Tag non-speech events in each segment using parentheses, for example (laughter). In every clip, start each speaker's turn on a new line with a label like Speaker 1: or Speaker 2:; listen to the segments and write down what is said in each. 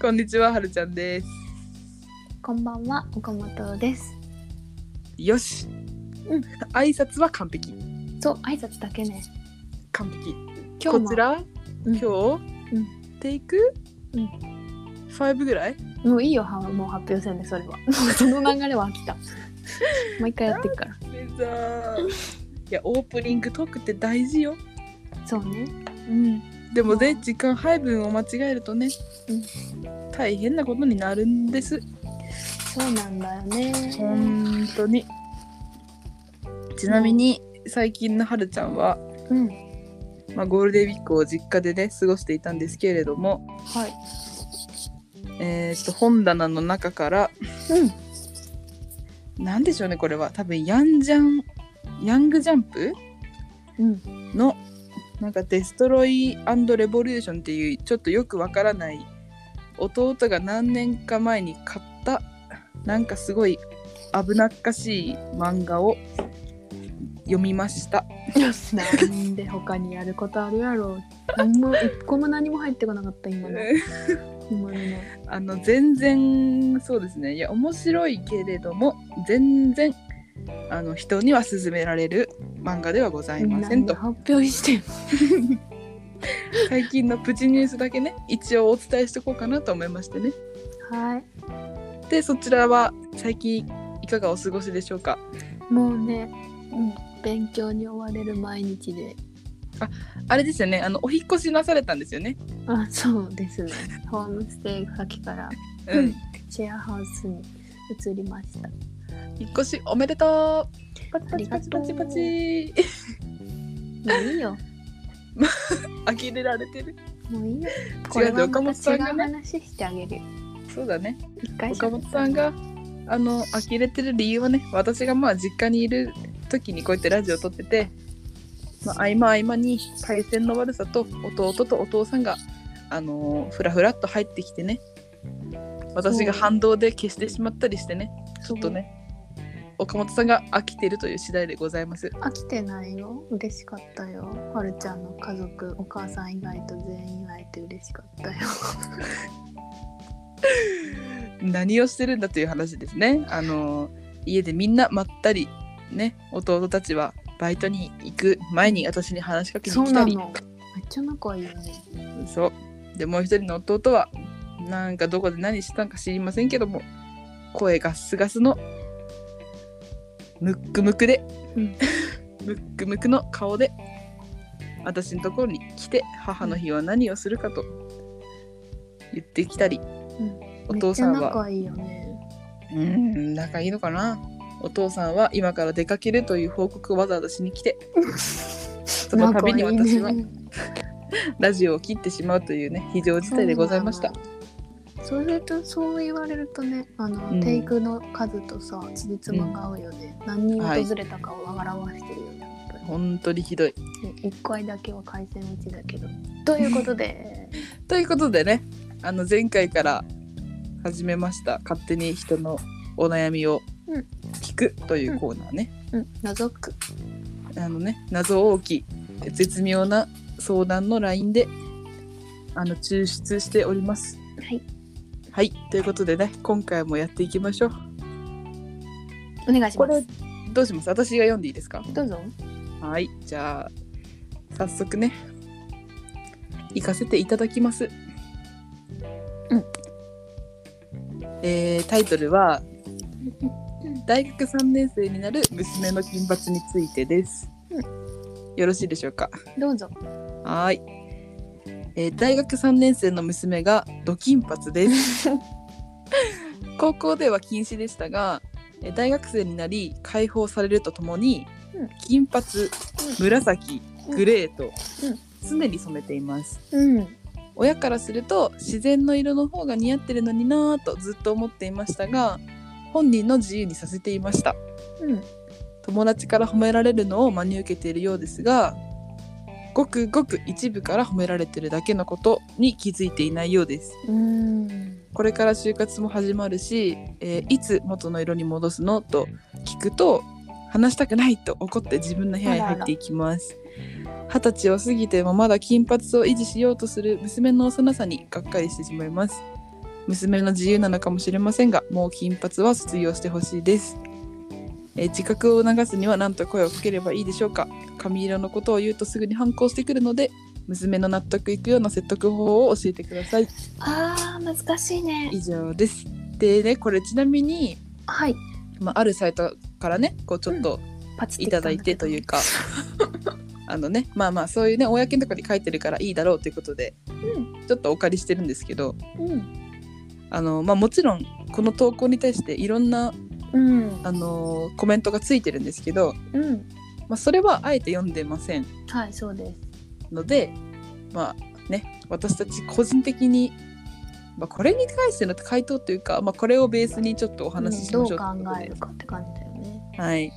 Speaker 1: こんにちは、はるちゃんです。
Speaker 2: こんばんは、岡本です。
Speaker 1: よし。
Speaker 2: うん
Speaker 1: 挨拶は完璧。
Speaker 2: そう、挨拶だけね。
Speaker 1: 完璧。
Speaker 2: 今日
Speaker 1: こ
Speaker 2: も
Speaker 1: ちら、
Speaker 2: うん
Speaker 1: 今日、
Speaker 2: うん
Speaker 1: テイク、
Speaker 2: うん
Speaker 1: ファイブぐらい
Speaker 2: もういいよ、はもう発表せんで、それ (laughs) は。もうその流れは飽きた。毎回やってっから。
Speaker 1: めざーいや、オープニングトークって大事よ。
Speaker 2: そうね。
Speaker 1: うん。でもね、時間配分を間違えるとね、
Speaker 2: う
Speaker 1: 大変なことになるんです。
Speaker 2: そうなんだよね。
Speaker 1: 本当に。ちなみに、最近のはるちゃんは、
Speaker 2: うん。
Speaker 1: まあ、ゴールデンウィークを実家でね過ごしていたんですけれども、
Speaker 2: はい。
Speaker 1: えー、と本棚の中から
Speaker 2: うん。
Speaker 1: 何でしょうねこれは多分ヤンジャンヤングジャンプ
Speaker 2: うん。
Speaker 1: のなんか「デストロイレボリューション」っていうちょっとよくわからない弟が何年か前に買ったなんかすごい危なっかしい漫画を読みました
Speaker 2: なんで他にやることあるやろう。何も、一個も何も入ってこなかった、今の。今のね。
Speaker 1: あの全然そうですねいや面白いけれども全然あの人には勧められる漫画ではございませ
Speaker 2: なん
Speaker 1: ん
Speaker 2: で
Speaker 1: と
Speaker 2: 発表してんの
Speaker 1: 最近のプチニュースだけね一応お伝えしておこうかなと思いましてね
Speaker 2: はい。
Speaker 1: でそちらは最近いかがお過ごしでしょうか
Speaker 2: もうね、うん、勉強に追われる毎日で。
Speaker 1: あれですよねあのお引っ越しなされたんですよね
Speaker 2: あ、そうですね。ホームステイ先から
Speaker 1: うん、
Speaker 2: うんシェアハウスに移りました。
Speaker 1: 引っ越しおめでとうパチ
Speaker 2: あ
Speaker 1: パ
Speaker 2: り
Speaker 1: チ
Speaker 2: が
Speaker 1: パチ
Speaker 2: と
Speaker 1: パ
Speaker 2: う
Speaker 1: チパチ
Speaker 2: もういいよ。
Speaker 1: (laughs) 呆れられてる
Speaker 2: もういいよ。これは
Speaker 1: 岡本
Speaker 2: ま
Speaker 1: さ
Speaker 2: た
Speaker 1: ん
Speaker 2: 違う
Speaker 1: がね
Speaker 2: 話してあげるよ。
Speaker 1: そうだね
Speaker 2: 一回
Speaker 1: 岡本さんがあの呆れてる理由はね私がまあ実家にいる時にこうやってラジオ撮ってて、まあ、合間合間に対戦の悪さと弟とお父さんがあのーふらふらっと入ってきてね私が反動で消してしまったりしてねち
Speaker 2: ち
Speaker 1: ょっと。ね岡本さんが飽きてるという次第でございます
Speaker 2: 飽きてないよ。嬉しかったよ。はるちゃんの家族、お母さん以外と全員会えて嬉しかったよ。
Speaker 1: 何をしてるんだという話ですねあのー家でみんなまったりね弟たちはバイトに行く前に私に話しかけに
Speaker 2: そう
Speaker 1: 来
Speaker 2: な
Speaker 1: た
Speaker 2: の。
Speaker 1: り
Speaker 2: めっちゃ仲いいよね。
Speaker 1: そう。でもう一人の弟はなんかどこで何したんか知りませんけども声ガッスガスのムックムクで、
Speaker 2: うん
Speaker 1: (laughs) ムックムクの顔で私のところに来て母の日は何をするかと言ってきたり、
Speaker 2: ん
Speaker 1: お父さん
Speaker 2: めっちゃ
Speaker 1: は
Speaker 2: 仲いいよね。
Speaker 1: うん仲いいのかなお父さんは今から出かけるという報告をわざわざしに来てその度に私は
Speaker 2: 仲いいね
Speaker 1: ラジオを切ってしまうというね非常事態でございました。
Speaker 2: そうするとそう言われるとねあの、
Speaker 1: うん
Speaker 2: テイクの数とさつじつまが合うよね、何人訪れたかを表してるよね、
Speaker 1: 本当にひどい
Speaker 2: 1回だけは回線道だけどということで
Speaker 1: ということでねあの前回から始めました勝手に人のお悩みを
Speaker 2: うん
Speaker 1: 聞くというコーナーね、
Speaker 2: (laughs) うん覗く
Speaker 1: あのね謎多き絶妙な相談のラインであの抽出しております
Speaker 2: はい
Speaker 1: はいということでね今回もやっていきましょう
Speaker 2: お願いし
Speaker 1: こ
Speaker 2: ま
Speaker 1: れ
Speaker 2: す
Speaker 1: どうします私が読んでいいですか
Speaker 2: どうぞ
Speaker 1: はいじゃあ早速ね行かせていただきます
Speaker 2: うん
Speaker 1: えータイトルは「大学3年生になる娘の金髪について」です、
Speaker 2: う
Speaker 1: よろしいでしょうか
Speaker 2: どうぞ
Speaker 1: はーい、えー大学3年生の娘がド金髪です
Speaker 2: (laughs)
Speaker 1: 高校では禁止でしたがえー大学生になり解放されるとともに、
Speaker 2: うん
Speaker 1: 金髪紫
Speaker 2: うん
Speaker 1: グレーと、
Speaker 2: うん
Speaker 1: 常に染めています
Speaker 2: うん
Speaker 1: 親からすると自然の色の方が似合ってるのになぁとずっと思っていましたが本人の自由にさせていました
Speaker 2: うん
Speaker 1: 友達から褒められるのを真に受けているようですがごくごく一部から褒められてるだけのことに気づいていないようです
Speaker 2: うん
Speaker 1: これから就活も始まるし、えーいつ元の色に戻すのと聞くと話したくないと怒って自分の部屋に入っていきます二十歳を過ぎてもまだ金髪を維持しようとする娘の幼さにがっかりしてしまいます娘の自由なのかもしれませんがもう金髪は卒業してほしいですえー自覚を促すには何と声をかければいいでしょうか髪色のことを言うとすぐに反抗してくるので娘の納得いくような説得法を教えてください
Speaker 2: あー難しいね
Speaker 1: 以上ですでねこれちなみに、
Speaker 2: はい
Speaker 1: まあ、あるサイトからねこうちょっと、
Speaker 2: パチッ
Speaker 1: いただいてというか (laughs) あのねまあまあそういうね公のとこに書いてるからいいだろうということで、ちょっとお借りしてるんですけど
Speaker 2: うん
Speaker 1: あの、まあ、もちろんこの投稿に対していろんな、
Speaker 2: うん
Speaker 1: あのーコメントがついてるんですけど、
Speaker 2: うん
Speaker 1: まあ、それはあえて読んでません
Speaker 2: はいそうです
Speaker 1: のでまあね私たち個人的に、まあ、これに関しての回答というか、まあ、これをベースにちょっとお話ししましょうと
Speaker 2: うん
Speaker 1: いう
Speaker 2: ど
Speaker 1: こと
Speaker 2: う考え
Speaker 1: で
Speaker 2: る、かって感じだよね
Speaker 1: はい、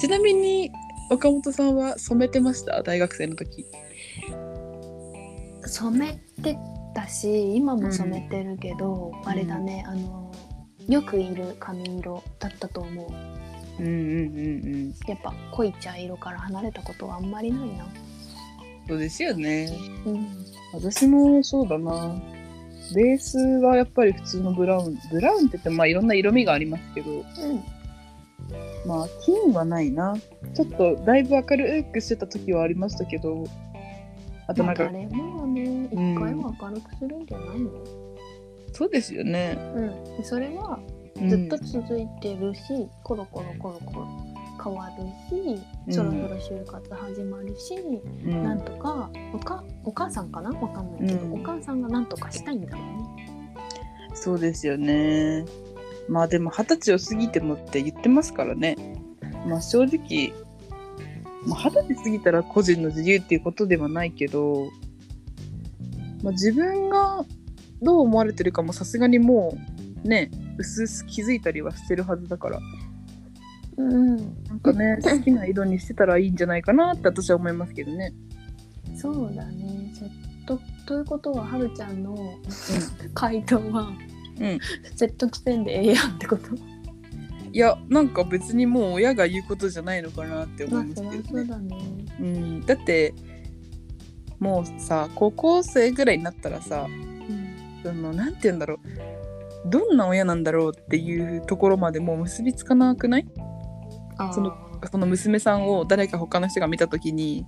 Speaker 1: ちなみに岡本さんは染めてました大学生の時。
Speaker 2: 染めてたし今も染めてるけど、あれだねあのよくいる髪色だったと思
Speaker 1: う
Speaker 2: う
Speaker 1: んうんうんうん
Speaker 2: やっぱ濃い茶色から離れたことはあんまりないな
Speaker 1: そうですよね
Speaker 2: うん
Speaker 1: 私もそうだなベースはやっぱり普通のブラウンブラウンって言ってまあいろんな色味がありますけどまあ金はないなちょっとだいぶ明るくしてた時はありましたけどあと
Speaker 2: ま
Speaker 1: な
Speaker 2: あ
Speaker 1: んか
Speaker 2: 誰もがね一
Speaker 1: うん
Speaker 2: 回は明るくするんじゃないの、
Speaker 1: そうですよね
Speaker 2: うん、それは
Speaker 1: うん
Speaker 2: ずっと続いてるし、コロコロコロコロ変わる
Speaker 1: うん
Speaker 2: しそろそろ就活始まるし、
Speaker 1: う
Speaker 2: なん
Speaker 1: ん
Speaker 2: とかおかお母さんかなわかんないけど、
Speaker 1: うん
Speaker 2: お母さんがなんとかしたいんだろうね。
Speaker 1: そうですよねまあでも二十歳を過ぎてもって言ってますからねまあ正直まあ二十歳過ぎたら個人の自由っていうことではないけど、まあ、自分がどう思われてるかもさすがにもうねうすうす気づいたりはしてるはずだから
Speaker 2: うん、
Speaker 1: なんかね好きな色にしてたらいいんじゃないかなって私は思いますけどね。
Speaker 2: そうだね説得ということははるちゃんの回答は、
Speaker 1: うん
Speaker 2: 説得せんでええやんってこと
Speaker 1: いやなんか別にもう親が言うことじゃないのかなって思
Speaker 2: まあ
Speaker 1: いま
Speaker 2: そ
Speaker 1: す
Speaker 2: り
Speaker 1: け
Speaker 2: ゃ
Speaker 1: ど
Speaker 2: そう
Speaker 1: ね。
Speaker 2: だね。
Speaker 1: うん、だってもうさ高校生ぐらいになったらさ
Speaker 2: うん
Speaker 1: そのなんて言うんだろうどんな親なんだろうっていうところまでもう結びつかなくない
Speaker 2: あー
Speaker 1: そのその娘さんを誰か他の人が見た時に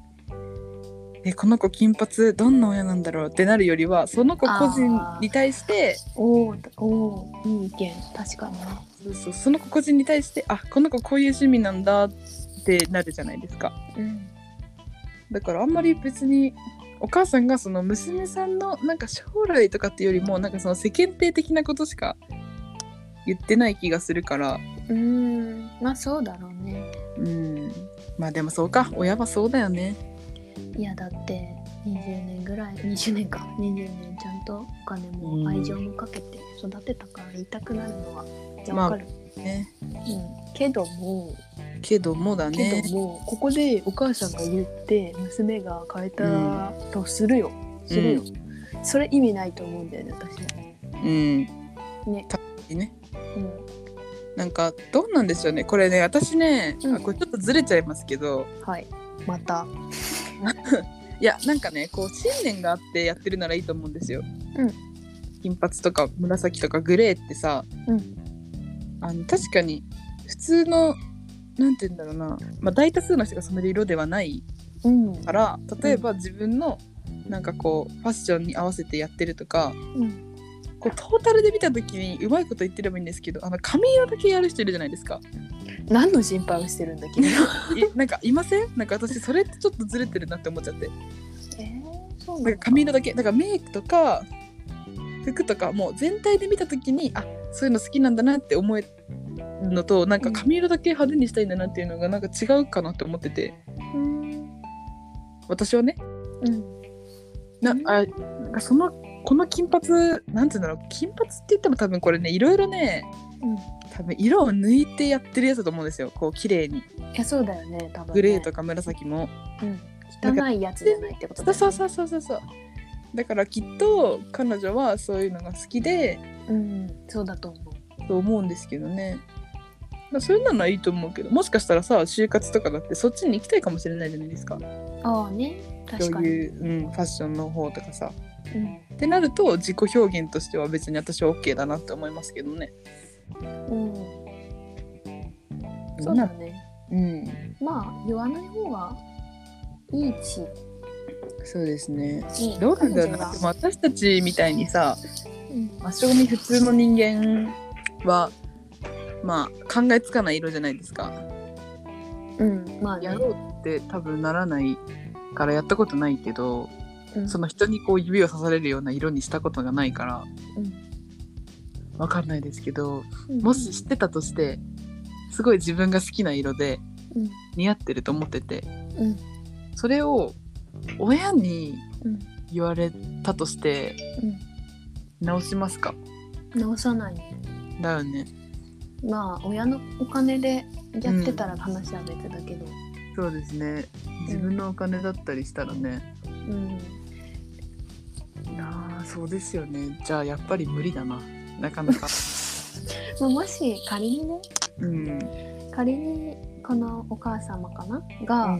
Speaker 1: 「えこの子金髪どんな親なんだろう?」ってなるよりはその子個人に対して
Speaker 2: おーおーいい意見確かにね。
Speaker 1: そうそうその子個人に対して「あこの子こういう趣味なんだ」ってなるじゃないですか。
Speaker 2: うん
Speaker 1: だからあんまり別にお母さんがその娘さんのなんか将来とかっていうよりもなんかその世間体的なことしか言ってない気がするから
Speaker 2: うーんまあそうだろうね
Speaker 1: うんまあでもそうか親はそうだよね
Speaker 2: いやだって20年ぐらい20年か20年ちゃんとお金
Speaker 1: うん
Speaker 2: も愛情もかけて育てたから言いたくなるのはじゃあ
Speaker 1: まあ
Speaker 2: わかる、
Speaker 1: ね
Speaker 2: うん、けども
Speaker 1: けどもだ
Speaker 2: け
Speaker 1: ね
Speaker 2: どもここでお母さんが言って娘が変えたとするよ、するよ、それ意味ないと思うんだよね私は
Speaker 1: うん
Speaker 2: ね
Speaker 1: たね
Speaker 2: うん
Speaker 1: なんかどうなんでしょうねこれね私ね、
Speaker 2: うん
Speaker 1: あこれちょっとずれちゃいますけど
Speaker 2: はいまた
Speaker 1: いやなんかねこう信念があってやってるならいいと思うんですよ。
Speaker 2: うん
Speaker 1: 金髪とか紫とかグレーってさ、
Speaker 2: うん
Speaker 1: あの確かに普通のなんて言うんだろうな、まあ、大多数の人が染める色ではない
Speaker 2: うん
Speaker 1: から例えば自分のなんかこうファッションに合わせてやってるとか
Speaker 2: うん
Speaker 1: こうトータルで見た時にうまいこと言ってればいいんですけどあの髪色だけやる人いるじゃないですか。
Speaker 2: 何の心配をしてるんだ君は (laughs)
Speaker 1: いなんかいませんなんか私それってちょっとずれてるなって思っちゃって。
Speaker 2: えー、そう
Speaker 1: なんか髪色だけだからメイクとか服とかもう全体で見た時にあそういうの好きなんだなって思えるのとなんか髪色だけ派手にしたいんだなっていうのがなんか違うかなって思ってて
Speaker 2: うん
Speaker 1: 私はね
Speaker 2: うん
Speaker 1: なあなんかそのこの金髪なんていうんだろう金髪って言っても多分これねいろいろね
Speaker 2: うん
Speaker 1: 多分色を抜いてやってるやつだと思うんですよこう綺麗に
Speaker 2: いやそうだよね多分ね
Speaker 1: グレーとか紫も。
Speaker 2: うん、汚いやつじゃないってこと
Speaker 1: そう
Speaker 2: だ
Speaker 1: そうそうそうそうそうだからきっと彼女はそういうのが好きで
Speaker 2: うんそうだと思う
Speaker 1: と思うんですけどねらそういうのはいいと思うけどもしかしたらさ就活とかだってそっちに行きたいかもしれないじゃないですか
Speaker 2: ああね確
Speaker 1: そ
Speaker 2: か
Speaker 1: う
Speaker 2: に、
Speaker 1: いう、うん、ファッションの方とかさ
Speaker 2: うん
Speaker 1: ってなると自己表現としては別に私は OK だなって思いますけどね
Speaker 2: うん、そうだね
Speaker 1: うん
Speaker 2: まあ言わない方がいいし
Speaker 1: そうですね
Speaker 2: いい
Speaker 1: どうなんだろう
Speaker 2: 彼女
Speaker 1: な
Speaker 2: が
Speaker 1: でも私たちみたいにさ
Speaker 2: うん
Speaker 1: 真正味普通の人間はまあ考えつかない色じゃないですか
Speaker 2: うん、まあね
Speaker 1: やろうって多分ならないからやったことないけど
Speaker 2: うん
Speaker 1: その人にこう指を刺されるような色にしたことがないからわかんないですけど
Speaker 2: うん
Speaker 1: もし知ってたとしてすごい自分が好きな色で
Speaker 2: うん
Speaker 1: 似合ってると思ってて
Speaker 2: うん
Speaker 1: それを親に
Speaker 2: うん
Speaker 1: 言われたとして直しますか
Speaker 2: うん直さない
Speaker 1: だよね
Speaker 2: まあ親のお金でやってたら話は別だけど、
Speaker 1: そうですね自分のお金だったりしたらね
Speaker 2: うん
Speaker 1: あーそうですよねじゃあやっぱり無理だななかな
Speaker 2: (laughs)
Speaker 1: か
Speaker 2: まあ、もし仮にね
Speaker 1: うん、
Speaker 2: 仮にこのお母様かなが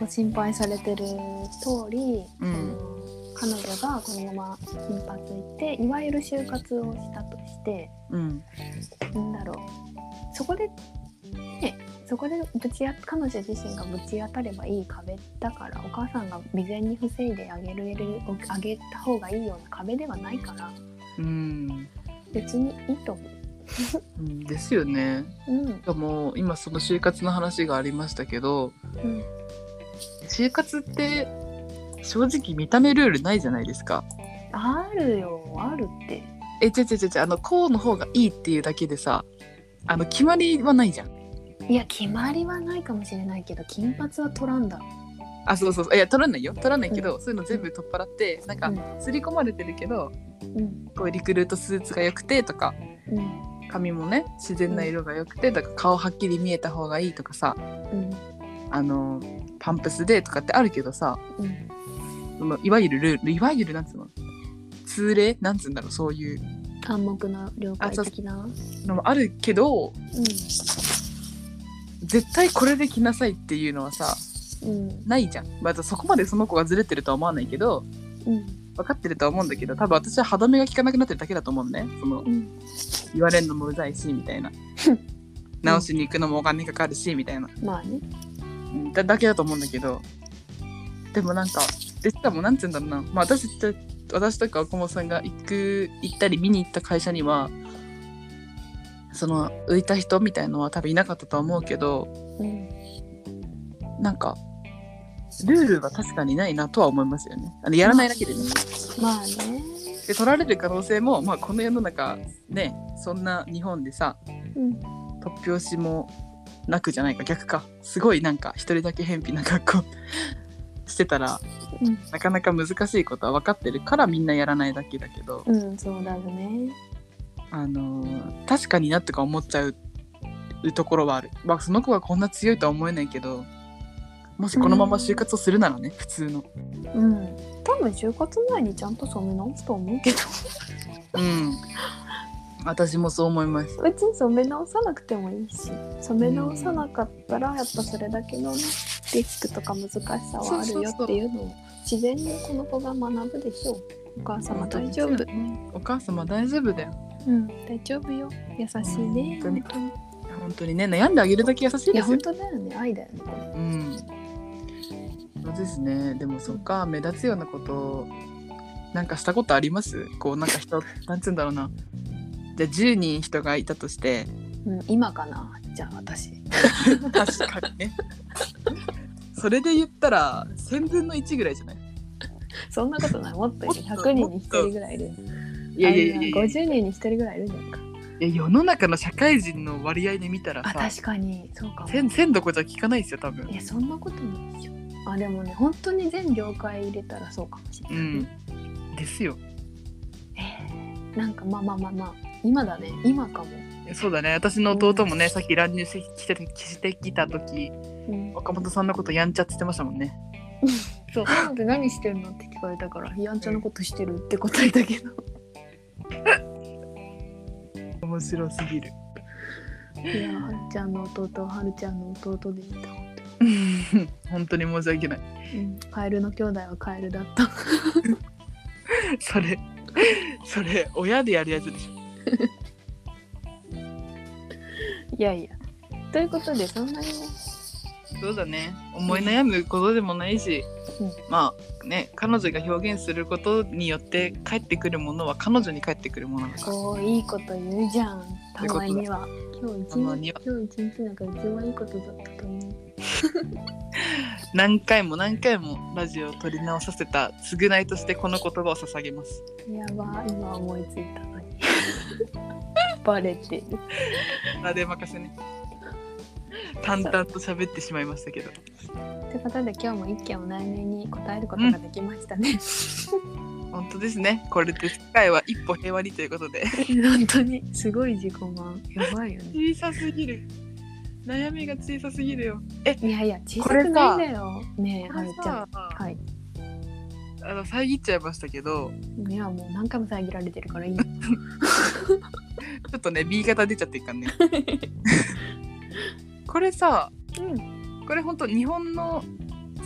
Speaker 2: ご心配されてる通り、
Speaker 1: うん
Speaker 2: あの彼女がこのまま金髪行っていわゆる就活をしたとして
Speaker 1: うん
Speaker 2: なんだろうそこでねそこでぶちあ彼女自身がぶち当たればいい壁だからお母さんが未然に防いであげるあげた方がいいような壁ではないから
Speaker 1: うん、
Speaker 2: 別にいいと思う。
Speaker 1: うん、ですよね
Speaker 2: うん
Speaker 1: でも今その就活の話がありましたけど
Speaker 2: うん
Speaker 1: 就活って正直見た目ルールないじゃないですか
Speaker 2: あるよあるって
Speaker 1: えちょちょちょちょあのこうの方がいいっていうだけでさあの決まりはないじゃん
Speaker 2: いや決まりはないかもしれないけど金髪は取らんだろ
Speaker 1: あそうそうそういや取らないよ取らないけど、そういうの全部取っ払ってなんか刷り込まれてるけど
Speaker 2: うん
Speaker 1: こうリクルートスーツが良くてとか
Speaker 2: うん
Speaker 1: 髪もね自然な色が良くてだから顔はっきり見えた方がいいとかさ
Speaker 2: うん
Speaker 1: あのパンプスでとかってあるけどさ
Speaker 2: うん
Speaker 1: そのいわゆるルールいわゆるなんつうの通例なんつうんだろうそういう
Speaker 2: 暗黙の了解的なう
Speaker 1: のもあるけど絶対これで着なさいっていうのはさ
Speaker 2: んうん
Speaker 1: ないじゃん、まあ、そこまでその子がずれてるとは思わないけど
Speaker 2: うん
Speaker 1: 分かってるとは思うんだけど多分私は歯止めが効かなくなってるだけだと思うのねその
Speaker 2: うん
Speaker 1: 言われるのもうざいしみたいな直しに行くのもお金かかるしみたいな
Speaker 2: まあね
Speaker 1: うんだだけだと思うんだけどでもなんかでしかもなんつうんだろうな、まあ、私と私とか小本さんが行く行ったり見に行った会社にはその浮いた人みたいのは多分いなかったとは思うけど
Speaker 2: うん
Speaker 1: なんかルールは確かにないなとは思いますよねあのやらないだけでね
Speaker 2: まあね
Speaker 1: で取られる可能性も、まあ、この世の中ねそんな日本でさ
Speaker 2: うん
Speaker 1: 突拍子もなくじゃないか逆かすごいなんか一人だけ偏僻な格好 (laughs) してたら
Speaker 2: うん
Speaker 1: なかなか難しいことは分かってるからみんなやらないだけだけど、
Speaker 2: うんそうだよね
Speaker 1: あのー確かになとか思っちゃうところはある、まあ、その子はこんな強いとは思えないけどもしこのまま就活をするならね、普通の
Speaker 2: うん多分就活前にちゃんと染め直すと思うけど (laughs)
Speaker 1: うん私もそう思います
Speaker 2: 別に染め直さなくてもいいし染め直さなかったらやっぱそれだけのねリスクとか難しさはあるよっていうのを自然にこの子が学ぶでしょうお母様大丈夫
Speaker 1: お母様大丈夫だよ
Speaker 2: うん大丈夫よ優しいね
Speaker 1: 本当本当にね悩んであげるだけ優しい
Speaker 2: い
Speaker 1: で
Speaker 2: や
Speaker 1: すよ
Speaker 2: 本当だよね愛だよねこれ
Speaker 1: うんそうですねでもそっか目立つようなことなんかしたことありますこうなんか
Speaker 2: (laughs)
Speaker 1: 人なんつうんだろうなじゃあ10人人がいたとして
Speaker 2: うん今かなじゃあ私
Speaker 1: 確かに
Speaker 2: (laughs)
Speaker 1: ねそれで言ったら1000分の1ぐらいじゃない
Speaker 2: そんなことないもっといる
Speaker 1: もっと
Speaker 2: 100人に1人ぐらいいる
Speaker 1: いやいやいやい
Speaker 2: あ
Speaker 1: や
Speaker 2: 50人に1人ぐらいいるんじゃないか
Speaker 1: いや世の中の社会人の割合で見たら
Speaker 2: あ
Speaker 1: さ
Speaker 2: 確かにそうかも
Speaker 1: 1000, 1000どころじゃ聞かないですよ多分
Speaker 2: いやそんなことないでしょあでもね本当に全業界入れたらそうかもしれ
Speaker 1: う
Speaker 2: ない、
Speaker 1: んですよ
Speaker 2: えーなんかまあまあまあまあ今だね今かも、
Speaker 1: そうだね私の弟もねさっき乱入してきてしてきた時
Speaker 2: うん、
Speaker 1: 岡本さんのことやんちゃって言ってましたもんね
Speaker 2: そうなので何してるのって聞かれたからやんちゃなことしてるって答え (laughs) たけど
Speaker 1: 面白すぎる
Speaker 2: いやはるちゃんの弟ははるちゃんの弟でした、
Speaker 1: (laughs) 本当に申し訳ない
Speaker 2: うん、カエルの兄弟はカエルだった
Speaker 1: それそれ親でやるやつでしょ
Speaker 2: いやいやということでそんなにね
Speaker 1: そうだね思い悩むことでもないし、
Speaker 2: うん
Speaker 1: まあね彼女が表現することによって返ってくるものは彼女に返ってくるものだから
Speaker 2: こういいこと言うじゃんたまには今日一
Speaker 1: たまに
Speaker 2: 日
Speaker 1: は
Speaker 2: 今日一日なんか一番いいことだったと思う
Speaker 1: 何回も何回もラジオを取り直させた償いとしてこの言葉を捧げます
Speaker 2: やばい今思いついたのに (laughs) バレてる
Speaker 1: なで任せね淡々と喋ってしまいましたけど
Speaker 2: ということで今日も一件お悩みに答えることができましたね、
Speaker 1: 本当ですねこれで世界は一歩平和にということで
Speaker 2: 本当にすごい自己満やばいよね
Speaker 1: 小さすぎる悩みが小さすぎるよえ
Speaker 2: いやいや小さ
Speaker 1: これ
Speaker 2: く
Speaker 1: さ
Speaker 2: ないんだよねえ
Speaker 1: こ
Speaker 2: は
Speaker 1: れ
Speaker 2: るちゃん
Speaker 1: さ
Speaker 2: はい
Speaker 1: あの遮っちゃいましたけど
Speaker 2: いやもう何回も遮られてるからいいよ
Speaker 1: ちょっとね B 型出ちゃってるから (laughs) ねこれさ
Speaker 2: うん
Speaker 1: これ本当日本の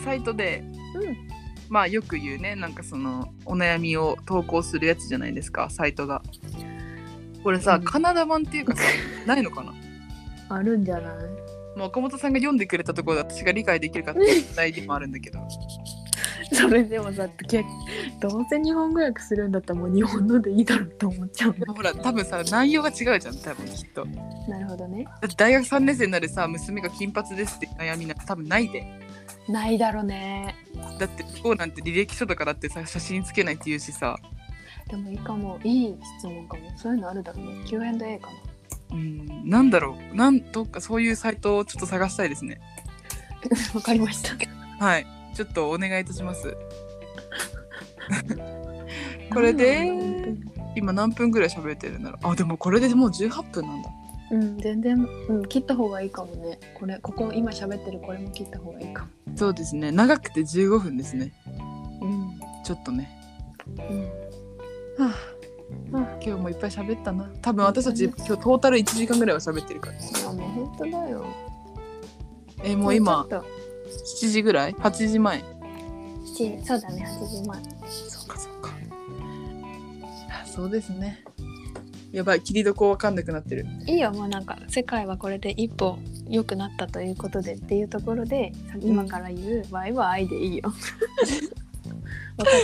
Speaker 1: サイトで、
Speaker 2: うん
Speaker 1: まあよく言うねなんかそのお悩みを投稿するやつじゃないですかサイトがこれさ、
Speaker 2: うん
Speaker 1: カナダ版っていうかさないのかな
Speaker 2: あるんじゃない (laughs)
Speaker 1: まあ岡本さんが読んでくれたところで私が理解できるかっていう問題でもあるんだけど
Speaker 2: それでもさ結どうせ日本語訳するんだったらもう日本のでいいだろうと思っちゃう
Speaker 1: でもほら多分さ内容が違うじゃん多分きっとだ
Speaker 2: なるほどね
Speaker 1: って大学3年生になるさ娘が金髪ですって悩みなんて多分ないで
Speaker 2: ないだろうね
Speaker 1: だってこうなんて履歴書とかだってさ写真つけないって言うしさ
Speaker 2: でもいいかもいい質問かもそういうのあるだろうね Q&A か
Speaker 1: うんなんだろうなんどっかそういうサイトをちょっと探したいですね
Speaker 2: な (laughs) わかりました
Speaker 1: はい、ちょっとお願いいたし (laughs) ます。これで今何分ぐらい喋ってるんだろう。あ、でもこれでもう18分なんだ。
Speaker 2: うん全然、うん、切った方がいいかもねこれここ今喋ってるこれも切った方がいいか
Speaker 1: そうですね。長くて15分ですね。
Speaker 2: もうん、
Speaker 1: ちょっとね。
Speaker 2: うん、
Speaker 1: はあ今日もいっぱい喋ったな。多分私たち今日トータル1時間ぐらいは喋ってるから。
Speaker 2: あもう本当だよ
Speaker 1: えもう今
Speaker 2: ちょっと
Speaker 1: 7時ぐらい ?8 時前。
Speaker 2: ちそうだね8時前
Speaker 1: そうかそうか。あそうですね。やばい、切りどこわかんなくなってる。
Speaker 2: いいよもうなんか世界はこれで一歩良くなったということでっていうところでさ今から言う「場合は愛でいい
Speaker 1: (laughs)
Speaker 2: よ」わか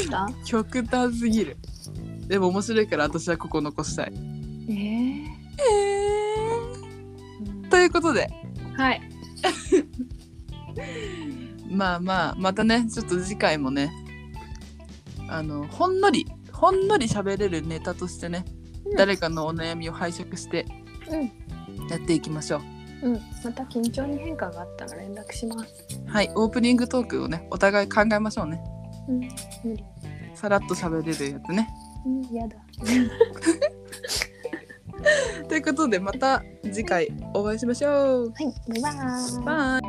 Speaker 2: った
Speaker 1: 極端すぎる。でも面白いから私はここ残したい。
Speaker 2: えーうん
Speaker 1: ということで
Speaker 2: はい
Speaker 1: まあまあまたねちょっと次回もねあのほんのりほんのり喋れるネタとしてね、
Speaker 2: うん
Speaker 1: 誰かのお悩みを拝借して
Speaker 2: うん
Speaker 1: やっていきましょう
Speaker 2: うんまた緊張に変化があったら連絡します
Speaker 1: はいオープニングトークをねお互い考えましょうね
Speaker 2: うん無理
Speaker 1: さらっと喋れるやつね
Speaker 2: うんやだ
Speaker 1: ということでまた次回お会いしましょう
Speaker 2: はいバイバーイ
Speaker 1: バイ